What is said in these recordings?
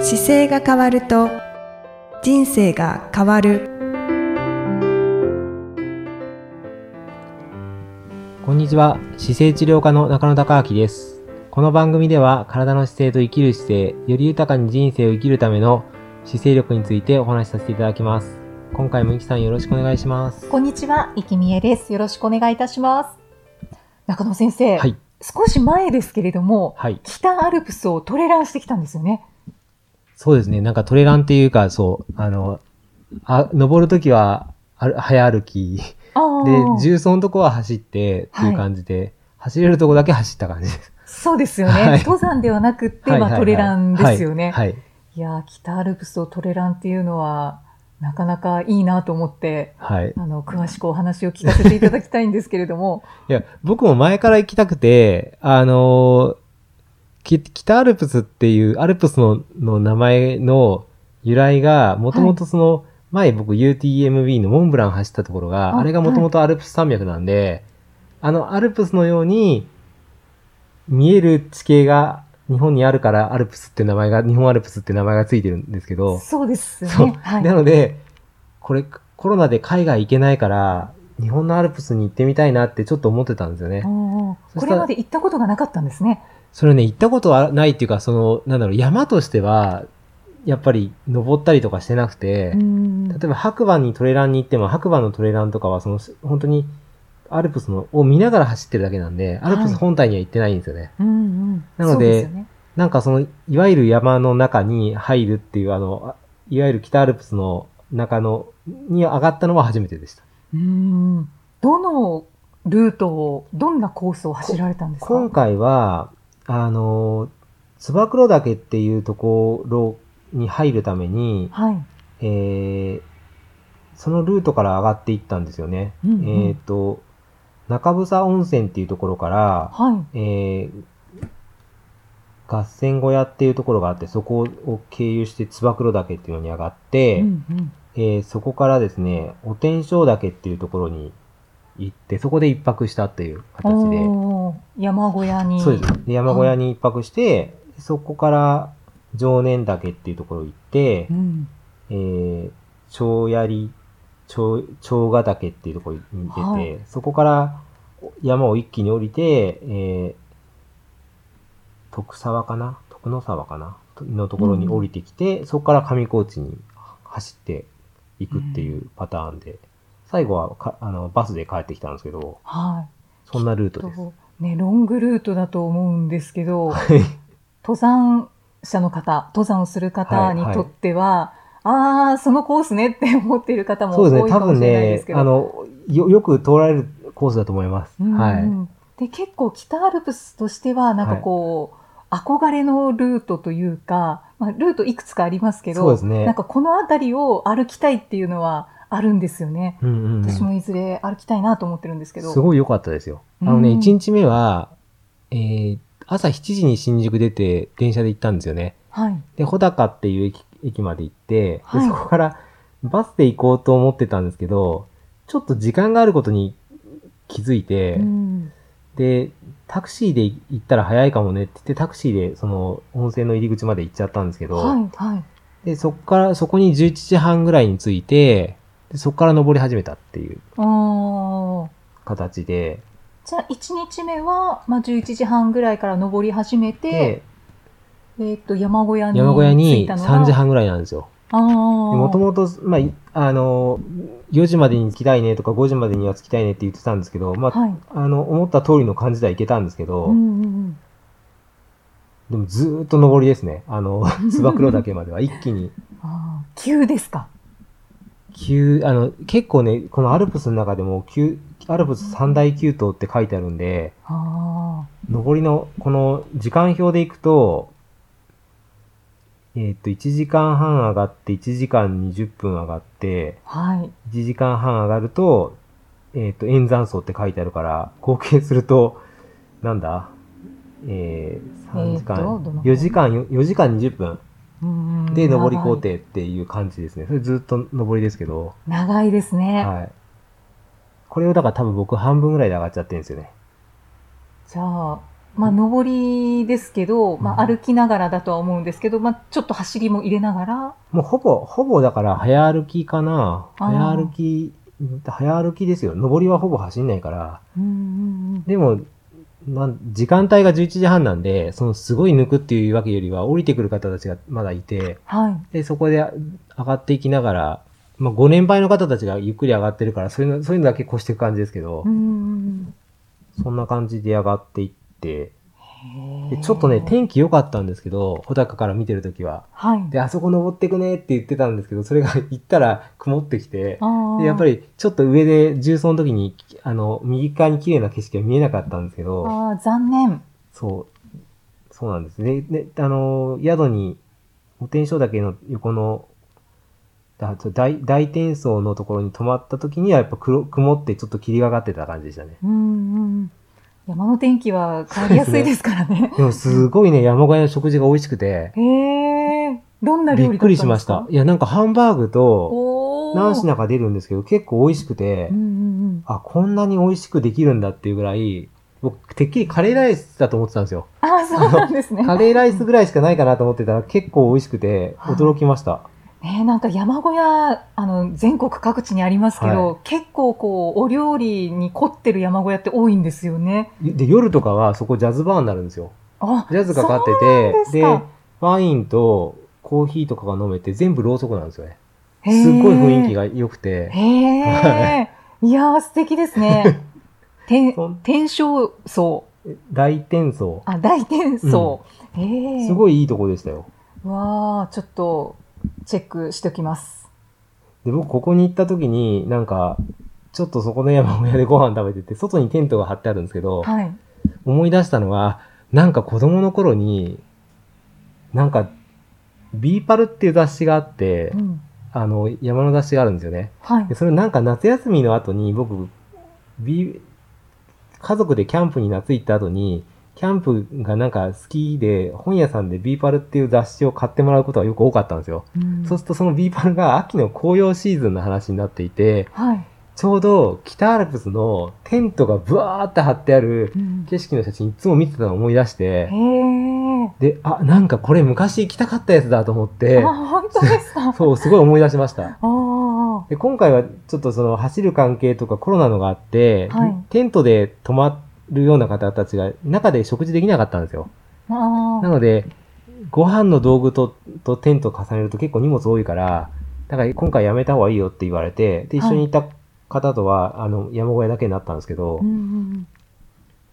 姿勢が変わると人生が変わるこんにちは。姿勢治療科の中野孝明です。この番組では、体の姿勢と生きる姿勢、より豊かに人生を生きるための姿勢力についてお話しさせていただきます。今回もイキさんよろしくお願いします。こんにちは、いきみえです。よろしくお願いいたします。中野先生、はい。少し前ですけれども、はい。北アルプスをトレランしてきたんですよね。そうですね。なんかトレランっていうか、そう、あの、あ登るときは、ある早歩き。で、あー重曹のとこは走ってっていう感じで、走れるとこだけ走った感じです。そうですよね、はい登山ではなくって、はいまはいあ、はいトレランですよね。はい。はいいやー、北アルプスをトレランっていうのは、なかなかいいなと思って、はい。あの、詳しくお話を聞かせていただきたいんですけれども、いや、僕も前から行きたくて、あのーき北アルプスっていう、アルプスのの名前の由来が、もともとその、前僕 UTMB のモンブラン走ったところが、ああれがもともとアルプス山脈なんで、あのアルプスのように見える地形が日本にあるからアルプスって名前が、日本アルプスって名前がついてるんですけど、そうで すそうよね。はいなので、これ、コロナで海外行けないから、日本のアルプスに行ってみたいなってちょっと思ってたんですよね。おーそしこたられまで行ったことがなかったんですね。それね、行ったことはないっていうか、その、なんだろう、山としては、やっぱり登ったりとかしてなくてう、ん例えば白馬にトレランに行っても、白馬のトレランとかは、その、本当に、アルプスのを見ながら走ってるだけなんで、アルプス本体には行ってないんですよね。うんうん、なのでそうすよねなんかその、いわゆる山の中に入るっていう、あの、いわゆる北アルプスの中の、に上がったのは初めてでした。うーんどのルートを、どんなコースを走られたんですか今回は、あの、つば九郎岳っていうところに入るために、はい。えーそのルートから上がっていったんですよね。うんうんえっ、と、中房温泉っていうところから、はい。えー合戦小屋っていうところがあって、そこを経由してつば九郎岳っていうのに上がって、うんうんえーそこからですね、お天正岳っていうところに行って、そこで一泊したっていう形で、おー山小屋に。そうです。で山小屋に一泊して、そこから常念岳っていうところ行ってう、んえー、長槍、長、長ヶ岳っていうところに出て、はいそこから山を一気に降りて、えー、徳沢かな徳の沢かなのところに降りてきて、そこから上高地に走っていくっていうパターンで、最後はかあのバスで帰ってきたんですけど、はそんなルーい。トです。とね、ロングルートだと思うんですけど、はい登山者の方、登山をする方にとっては、ああ、そのコースねって思っている方もそう多ですね、い多かも分しれないでねすけ、ど。あの、よ、よく通られるコースだと思います。うんうんはい。で結構北アルプスとしてはなんかこう、憧れのルートというか、まあ、ルートいくつかありますけどそうですねなんかこの辺りを歩きたいっていうのはあるんですよね。うんうんうん私もいずれ歩きたいなと思ってるんですけど。すごい良かったですよ。あのね、うん1日目は、えー朝7時に新宿出て、電車で行ったんですよね。はい。で、穂高っていう駅駅まで行って、ではいそこからバスで行こうと思ってたんですけど、ちょっと時間があることに気づいて、うんで、タクシーで行ったら早いかもねって言って、タクシーでその温泉の入り口まで行っちゃったんですけど、はい、はい。で、そこから、そこに11時半ぐらいに着いて、でそこから登り始めたっていうおー形で、じゃあ1日目は、まあ、11時半ぐらいから登り始めて、で、えっと山小屋に山小屋着いにたのが3時。半ぐらいなんですよ。ああ。もともと、まあい、あの、4時までに着きたいねとか5時までには着きたいねって言ってたんですけど、まあ、はい。あの、思った通りの感じではいけたんですけど、うんうんうんでもずーっと上りですね。あ の、つば九郎岳までは一気に。ああ、急ですか。急、あの、結構ね、このアルプスの中でも、急、アルプス三大急登って書いてあるんで、あ上りの、この時間表で行くと、えーっと、1時間半上がって、1時間20分上がって、あ、はい。 1時間半上がると、えっ、と、円山層って書いてあるから、合計すると、なんだえー、3時間、えーとどの4時間、4時間20分うんうんで上り工長い程っていう感じですね。それずっと上りですけど、長いですね。はい。これをだから多分僕半分ぐらいで上がっちゃってるんですよね。じゃあ、まあ、上りですけど、まうあ、ん歩きながらだとは思うんですけど、まあ、ちょっと走りも入れながら、もうほぼ、ほぼだから早歩きかな。あー早歩き、早歩きですよ。上りはほぼ走んないから。うんうんうんでも、なん時間帯が11時半なんで、そのすごい抜くっていうわけよりは降りてくる方たちがまだいて、はい。で、そこで上がっていきながら、まあ、ご年配の方たちがゆっくり上がってるから、そういうの、そういうのだけ越していく感じですけど、うんうんそんな感じで上がっていって、うんでちょっとへね、ー天気良かったんですけど、穂高から見てるときは。はい。で、あそこ登ってくねって言ってたんですけど、それが行ったら曇ってきて、あでやっぱり。りちょっと上で重曹の時に、あの、右側に綺麗な景色が見えなかったんですけど、ああ、残念。そう、そうなんですね。で、あの、宿に、お天正岳の横の、あそう大大天層のところに泊まった時には、やっぱ黒曇ってちょっと霧がかってた感じでしたね。うんうん。山の天気は変わりやすいですからね。でもすごいね、山小屋の食事が美味しくて、へえ。どんなび料理だっったくんでりすしかました。。いや、なんかハンバーグとおお。何品か出るんですけど、結構美味しくてうん、うんうん。あ、こんなに美味しくできるんだっていうぐらい、僕、てっきりカレーライスだと思ってたんですよ。ああ、そうなんですね。カレーライスぐらいしかないかなと思ってたら、結構美味しくて、はい驚きました。ね、なんか山小屋あの全国各地にありますけど、結構こうお料理に凝ってる山小屋って多いんですよね。で、夜とかはそこジャズバーになるんですよ。あジャズがかかってそうて、なでんで、ワインとコーヒーとかが飲めて、全部ろうそくなんですよね。すかすっごい雰囲気が。が良くて、へえ。いやー素敵で すね。天そん天正層大転送。あ大天層。へえ。すごいいいとこでしたよ。わあちょっとチェックしておきます。で、僕ここに行った時に、なんか、ちょっとそこの山小屋でご飯食べてて、外にテントが張ってあるんですけど、はい。思い出したのは、なんか子供の頃に、なんか、ビーパルっていう雑誌があってう、ん。あの、山の雑誌があるんですよね。はいで。それなんか夏休みの後に僕、ビ家族でキャンプに夏行った後に、キャンプがなんか好きで、本屋さんでビーパルっていう雑誌を買ってもらうことがよく多かったんですよ。うんそうするとそのビーパルが秋の紅葉シーズンの話になっていて、はい。ちょうど北アルプスのテントがブワーって張ってあるうん景色の写真いつも見てたのを思い出して、へえ。で、あ、なんかこれ昔行きたかったやつだと思ってあ、本当ですか。あそう、すごい思い出しました。あ。で今回はちょっとその走る関係とかコロナのがあって、はいテントで泊まるような方たちが中で食事できなかったんですよ。あなので、ご飯の道具ととテントを重ねると結構荷物多いから、だから今回やめた方がいいよって言われて、で、一緒にいた方とは、あの、山小屋だけになったんですけど、あ。うんうん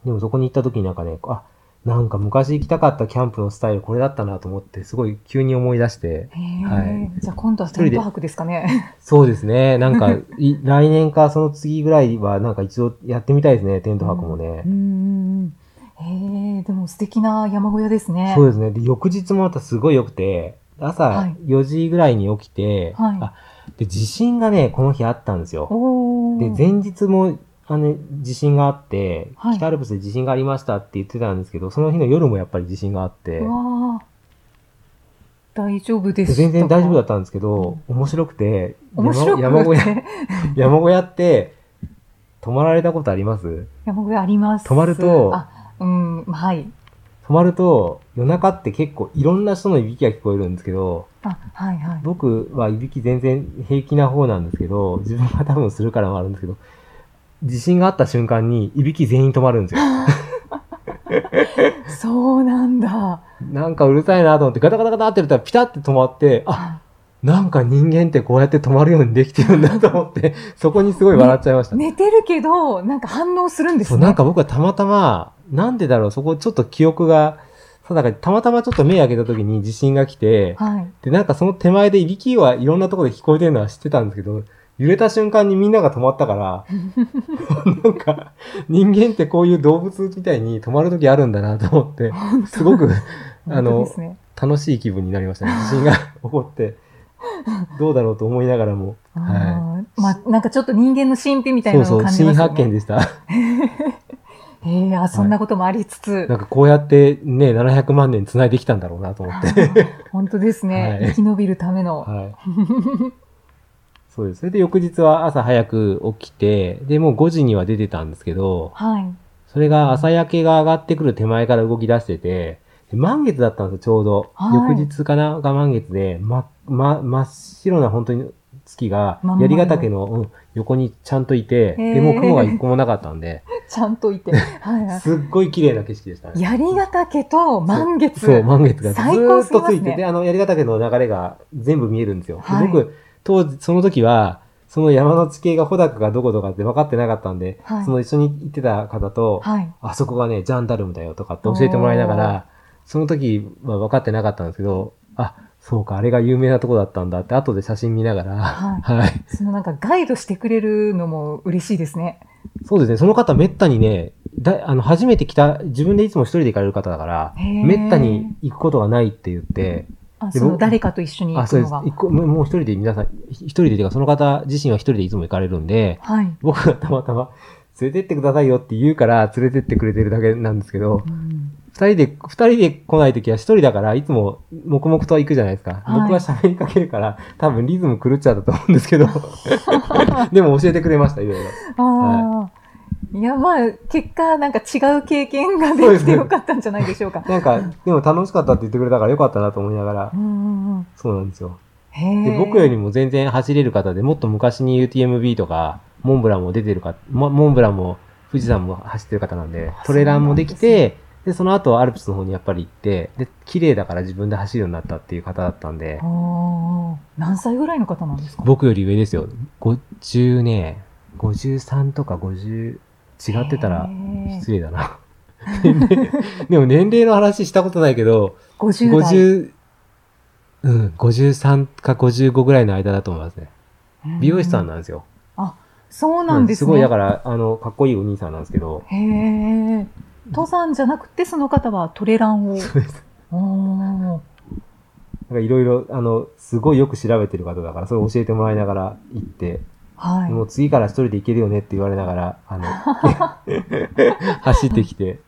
でもそこに行った時になんかね、あ、なんか昔行きたかったキャンプのスタイルこれだったなと思って、すごい急に思い出して、うん。へえ、はじゃあ今度はテント泊ですかね。そうですね。なん か、い来年かその次ぐらいは、なんか一度やってみたいですね、テント泊もねう。んうんうん。へえ、でも素敵な山小屋ですね。そうですね。で、翌日もまたすごい良くて、は朝い4時ぐらいに起きて、はいあで地震がね、この日あったんですよ。おお。で、前日も、あの、地震があって、はい北アルプスで地震がありましたって言ってたんですけど、その日の夜もやっぱり地震があって、わあ。大丈夫ででした。全然大丈夫だったんですけど、面白くて、面白く山山小っ屋、 て山小屋って、泊まられたことあります 山小屋あります。泊まるとあ、うん、はい。泊まると、夜中って結構いろんな人のいびきが聞こえるんですけど、あ、はいはい。僕はいびき全然平気な方なんですけど、自分が多分するからもあるんですけど、地震があった瞬間にいびき全員止まるんです よ。そうなんだ。なんかうるさいなと思ってガタガタガタってやったらピタって止まって、あ、なんか人間ってこうやって止まるようにできてるんだと思って、そこにすごい笑っちゃいました。寝てるけど、なんか反応するんですそう、ね。なんか僕はたまたま、なんでだろう、そこちょっと記憶が、そうだからたまたまちょっと目開けた時に地震が来て、はい。で、なんかその手前でいびきはいろんなところで聞こえてるのは知ってたんですけど、揺れた瞬間にみんなが止まった から、なんか人間ってこういう動物みたいに止まる時あるんだなと思って、本当すごくあ 本当のですね。楽しい気分になりましたね。地震が起こって、どうだろうと思いながらも。はあーまあ、なんかちょっと人間の神秘みたいそうなのそをう、感じま新すよ発ね。見でした。ええあそんなこともありつつ、なんかこうやってね、700万年繋いできたんだろうなと思 って。本当ですね、はい生き延びるための。はい。そうです。それで翌日は朝早く起きて、で、もう5時には出てたんですけど、はい。それが朝焼けが上がってくる手前から動き出してて、で満月だったんですよ、ちょうど。は翌い日かなが満月で、ま、ま、真っ白な本当に月がまん、まる槍ヶ岳の、うん横にちゃんといて、へでーもう雲が一個もなかったんで、ちゃんといて。 は いはい。すっごい綺麗な景色でしたね。槍ヶ岳と満月。そう、満月がず最ー高っすぎとまつすいねてて、あの、槍ヶ岳の流れが全部見えるんですよ。ではい僕、当時、その時は、その山の地形が穂高がどことかって分かってなかったんで、はいその一緒に行ってた方と、はい。あそこがね、ジャンダルムだよとかって教えてもらいながら、その時は分かってなかったんですけど、あ、そうか、あれが有名なとこだったんだって、後で写真見ながら、はいはい。そのなんかガイドしてくれるのも嬉しいですね。そうですね、その方めったにね、だあの初めて来た、自分でいつも一人で行かれる方だから、へーめったに行くことがないって言って、あ、でその僕誰かと一緒に行あ、そうくでのすが。。一個もうもう一人で皆さん、ひ一人でというか、その方自身は一人でいつも行かれるんで、はい。僕がたまたま連れてってくださいよって言うから連れてってくれてるだけなんですけど、うん二人で、二人で来ないときは一人だから、いつも黙々と行くじゃないですか。はい僕は喋りかけるから、多分リズム狂っちゃったと思うんですけど、でも教えてくれました、いろいろ。ああ、い、や、まあ、結果、なんか違う経験ができてよかったんじゃないでしょうか。なんか、でも楽しかったって言ってくれたからよかったなと思いながらう、んうんうんそうなんですよ。へでえ僕よりも全然走れる方でもっと昔に UTMB とかモンブランも出てるか、モモンブランも富士山も走ってる方なんであトレランもできそうなてで、その後アルプスの方にやっぱり行って、で、綺麗だから自分で走るようになったっていう方だったんであ、ー何歳ぐらいの方なんですか僕より上ですよ。50ね、53とか50、違ってたらへー失礼だな。 でも年齢の話したことないけど、 50代50、うん、53か55ぐらいの間だと思いますね。美容師さんうなんですよ。そうなんですすね、ごい、だから、あの、かっこいいお兄さんなんですけど、へえ登山じゃなくてその方はトレランをそうです。おーなんかいろいろ、あの、すごいよく調べてる方だから、それを教えてもらいながら行って、はいもう次から一人で行けるよねって言われながら、あ の、走ってきて、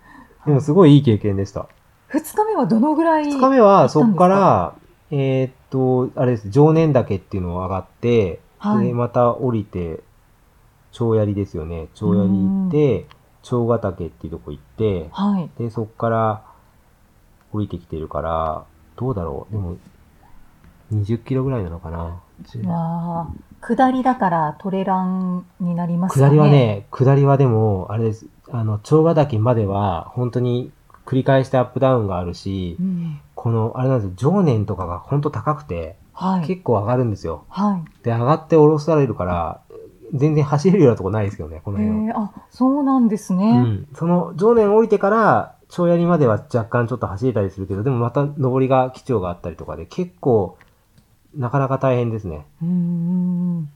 でもすごいいい経験でした。 2日目はどのぐらい二日目目行は、ったそんですかこから、えーっと、あれです、常年岳っていうのを上がって、はいで、また降りて、長槍ですよね。長槍行って、長ヶ岳っていうとこ行って、はいで、そっから降りてきてるから、どうだろう。でも、20キロぐらいなのかな。わあ下りだからトレランになりますか下ねりはね、下りはでも、あれです。あの、長ヶ岳までは、本当に繰り返してアップダウンがあるしう、んこの、あれなんですよ、常年とかが本当高くて、はい結構上がるんですよ。はいで、上がって下ろされるから、全然走れるようなとこないですけどね、このへ辺は。えあそうなんですね、うん。その、常年降りてから、長槍までは若干ちょっと走れたりするけど、でもまた上りが基調があったりとかで、結構、なかなか大変ですね。うーん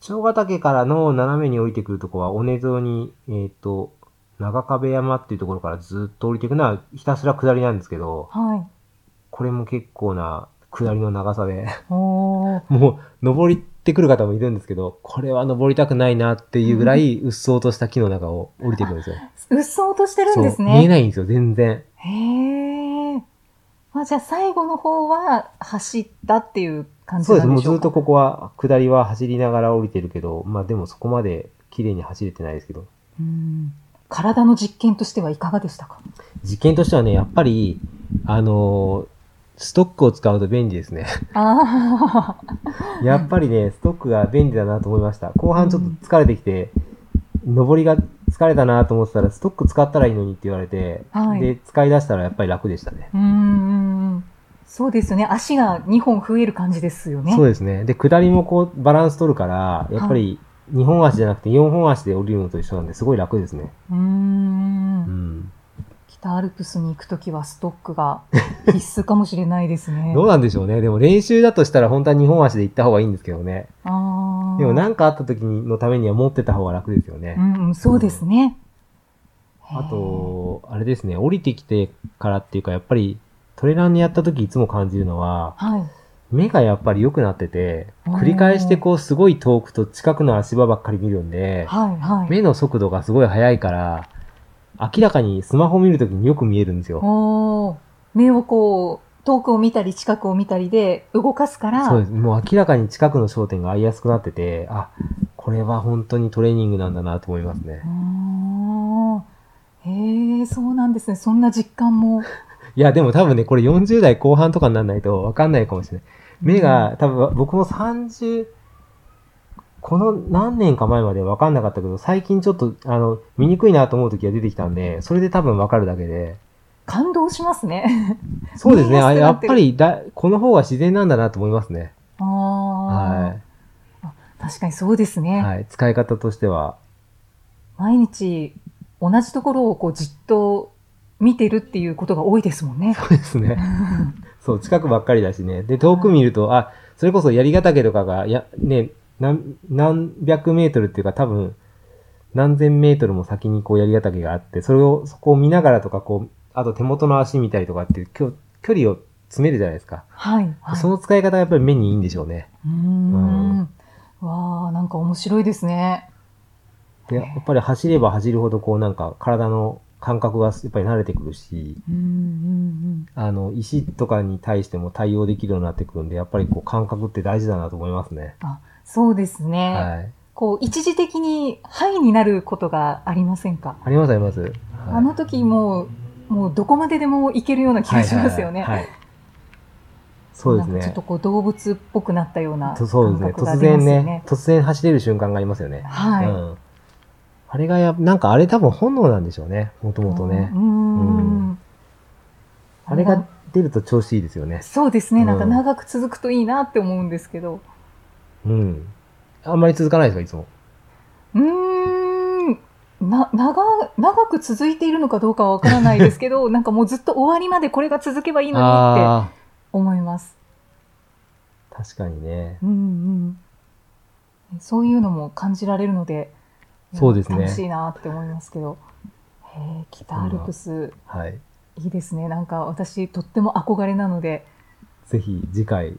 長ヶ岳からの斜めに降りてくるとこは、尾根沿いに、えっ、と、長壁山っていうところからずっと降りていくのは、ひたすら下りなんですけど、はいこれも結構な下りの長さで、 おーもう、登りってくる方もいるんですけど、これは登りたくないなっていうぐらい、うっそうとした木の中を降りていくんですよ。うっそうとしてるんですそう見えね。ないんですよ、全然。へえ。まあじゃあ最後の方は走ったっていう感じそうでなす。んもでうしょずうっとか。ここは、下りは走りながら降りてるけど、まあでもそこまで綺麗に走れてないですけど。うん体の実験としてはいかがでしたか。実験としてはね、やっぱり、あのーストックを使うと便利です ね。あ あ、やっぱりね、ストックが便利だなと思いました。後半ちょっと疲れてきて、上りが疲れたなと思ってたら、ストック使ったらいいのにって言われて、はいで、使い出したらやっぱり楽でしたね。うーん。そうですよね。足が2本増える感じですよね。そうですね。で、下りもこう、バランス取るから、やっぱり、2本足じゃなくて4本足で降りるのと一緒なんで、すごい楽ですね。うー。うんん。北アルプスに行くときはストックが必須かもしれないですね。どうなんでしょうね。でも練習だとしたら本当は2本足で行った方がいいんですけどね。ああ。でも何かあった時のためには持ってた方が楽ですよねう。んうん、そうですね。あと、あれですね、降りてきてからっていうか、やっぱりトレランにやった時いつも感じるのは、へえ、はい。目がやっぱり良くなってて、おー繰り返してこうすごい遠くと近くの足場ばっかり見るんで、はい、はい。目の速度がすごい速いから、明らかにスマホ見るときによく見えるんですよ。おお、目をこう、遠くを見たり近くを見たりで動かすから、そうです。もう明らかに近くの焦点が合いやすくなってて、あ、これは本当にトレーニングなんだなと思いますねう。ーんへえ、そうなんですね。そんな実感も。いや、でも多分ね、これ40代後半とかにならないと分かんないかもしれない。目が、多分僕も30、この何年か前まで分かんなかったけど、最近ちょっと、あの、見にくいなと思う時が出てきたんで、それで多分分かるだけで。感動しますね。 そうですね。見えやすあくやなっってるぱりだ、この方が自然なんだなと思いますね。あはあ、確かにそうですい。ね。はい。使い方としては。毎日同じところをこうじっと見てるっていうことが多いですもんね。そうですね。そう、近くばっかりだしね。で、遠く見ると、あ、それこそ槍ヶ岳とかが、や、ね、何、何百メートルっていうか多分、何千メートルも先にこう槍ヶ岳があって、それを、そこを見ながらとか、こう、あと手元の足見たりとかっていう、きょ距離を詰めるじゃないですか。はい。はい、その使い方がやっぱり目にいいんでしょうね。うーん。わあ、なんか面白いですね。で、やっぱり走れば走るほど、こうなんか体の感覚がやっぱり慣れてくるし、うんうんあの、石とかに対しても対応できるようになってくるんで、やっぱりこう感覚って大事だなと思いますね。うん。あ、そうですね。はい。こう一時的にハイになることがありませんか。ありますあります。はいあの時もうもうどこまででも行けるような気がしますよね。はいはいはいはいそうですなんかちょっねと。こう動物っぽくなったようなとそうで感すね。覚があ突りま然すねよね、。突然走れる瞬間がありますよね。はい。うん。あれがや、なんかあれ多分本能なんでしょうね。もともとねう。ん。うあれが出ると調子いいですよね。そうですね。なんかうん長く続くといいなって思うんですけど。うん。あんまり続かないですか、いつも。うーん。な、長、長く続いているのかどうかはわからないですけ ど、なんかもうずっと終わりまでこれが続けばいいのにってあ思います。あ、確かにね。うんうん。そういうのも感じられるので、そうですね楽しいなって思いますけど。へえ、北アルプス、はい。いいですね。なんか私、とっても憧れなので、ぜひ次回、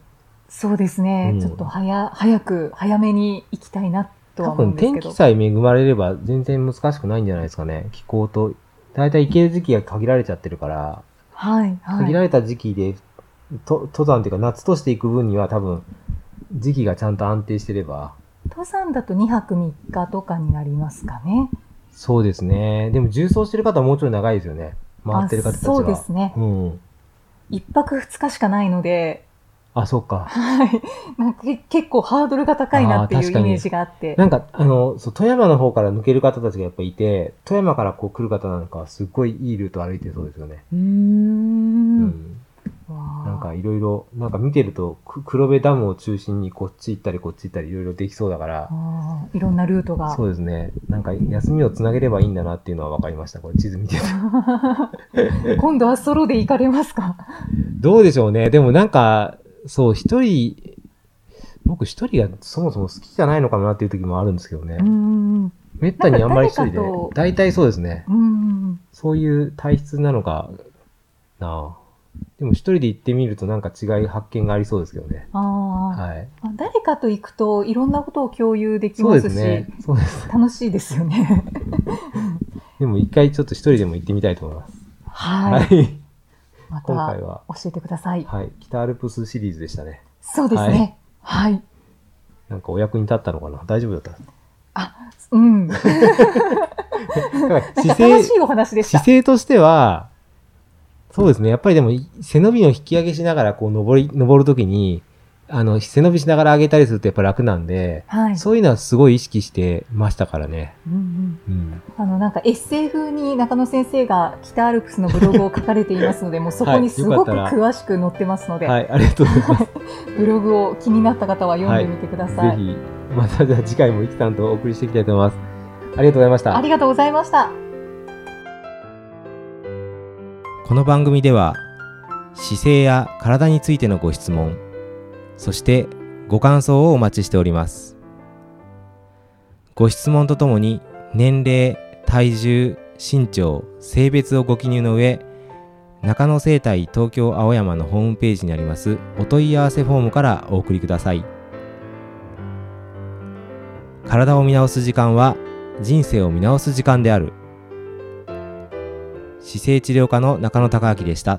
そうですね。うんちょっと早、早く、早めに行きたいなとは多思う分んですけ天ど気。さえ恵まれれば全然難しくないんじゃないですかね。気候と。だいたい行ける時期が限られちゃってるから。はい、はい。限られた時期で、と登山というか夏としていく分には多分時期がちゃんと安定してれば登山だと2泊3日とかになりますかね。そうですねでも重装してる方はもうちょい長いですよね回ってる方たちはあそうですね。うん1泊2日しかないので、あそうかはい。なんかけ結構ハードルが高いなっていあーう確イかにメージがあって。なんかあのそう富山の方から抜ける方たちがやっぱいて富山からこう来る方なんかはすっごいいいルート歩いてそうですよねうー。うんわあなんかいろいろなんか見てるとく黒部ダムを中心にこっち行ったりこっち行ったりいろいろできそうだからあーいろんなルートがそ。うですねなんか休みをつなげればいいんだなっていうのは分かりましたこれ地図見てて今度はソロで行かれますかどうでしょうね。でもなんか、そう、一人、僕一人がそもそも好きじゃないのかなっていう時もあるんですけどねう。ん。めったにあんまり一人でなんか誰かと。大体そうですね。うん。そういう体質なのかなあでも一人で行ってみるとなんか違い発見がありそうですけどね。あーはい。あ。誰かと行くといろんなことを共有できそうまですすし、ね。そうです。楽しいですよね。でも一回ちょっと一人でも行ってみたいと思います。は。はい い。ま今た回は、教えてください。はい。北アルプスシリーズでしたね。そうですね。はいなんかお役に立ったのかな大丈夫だ ったうん。なんか姿楽しいお話でした姿。勢としては、そうですね。やっぱりでも、い背伸びを引き上げしながら、こう、登り、登るときに、あの、背伸びしながら上げたりするとやっぱ楽なんで、はい。そういうのはすごい意識してましたからね。うんうん、うん。あのなんかエッセイ風に中野先生が北アルプスのブログを書かれていますので、もうそこにすごくはいよかった詳しく載ってますので、はい、ありがとうございます。ブログを気になった方は読んでみてくださぜい。ひ、またじゃあ次回もイキさんとお送りしていきたいと思います。ありがとうございましたあ。りがとうございました。この番組では姿勢や体についてのご質問そしてご感想をお待ちしておりますご質問とともに年齢体重身長性別をご記入の上中野生態東京青山のホームページにありますお問い合わせフォームからお送りください体を見直す時間は人生を見直す時間である姿勢治療科の中野孝明でした。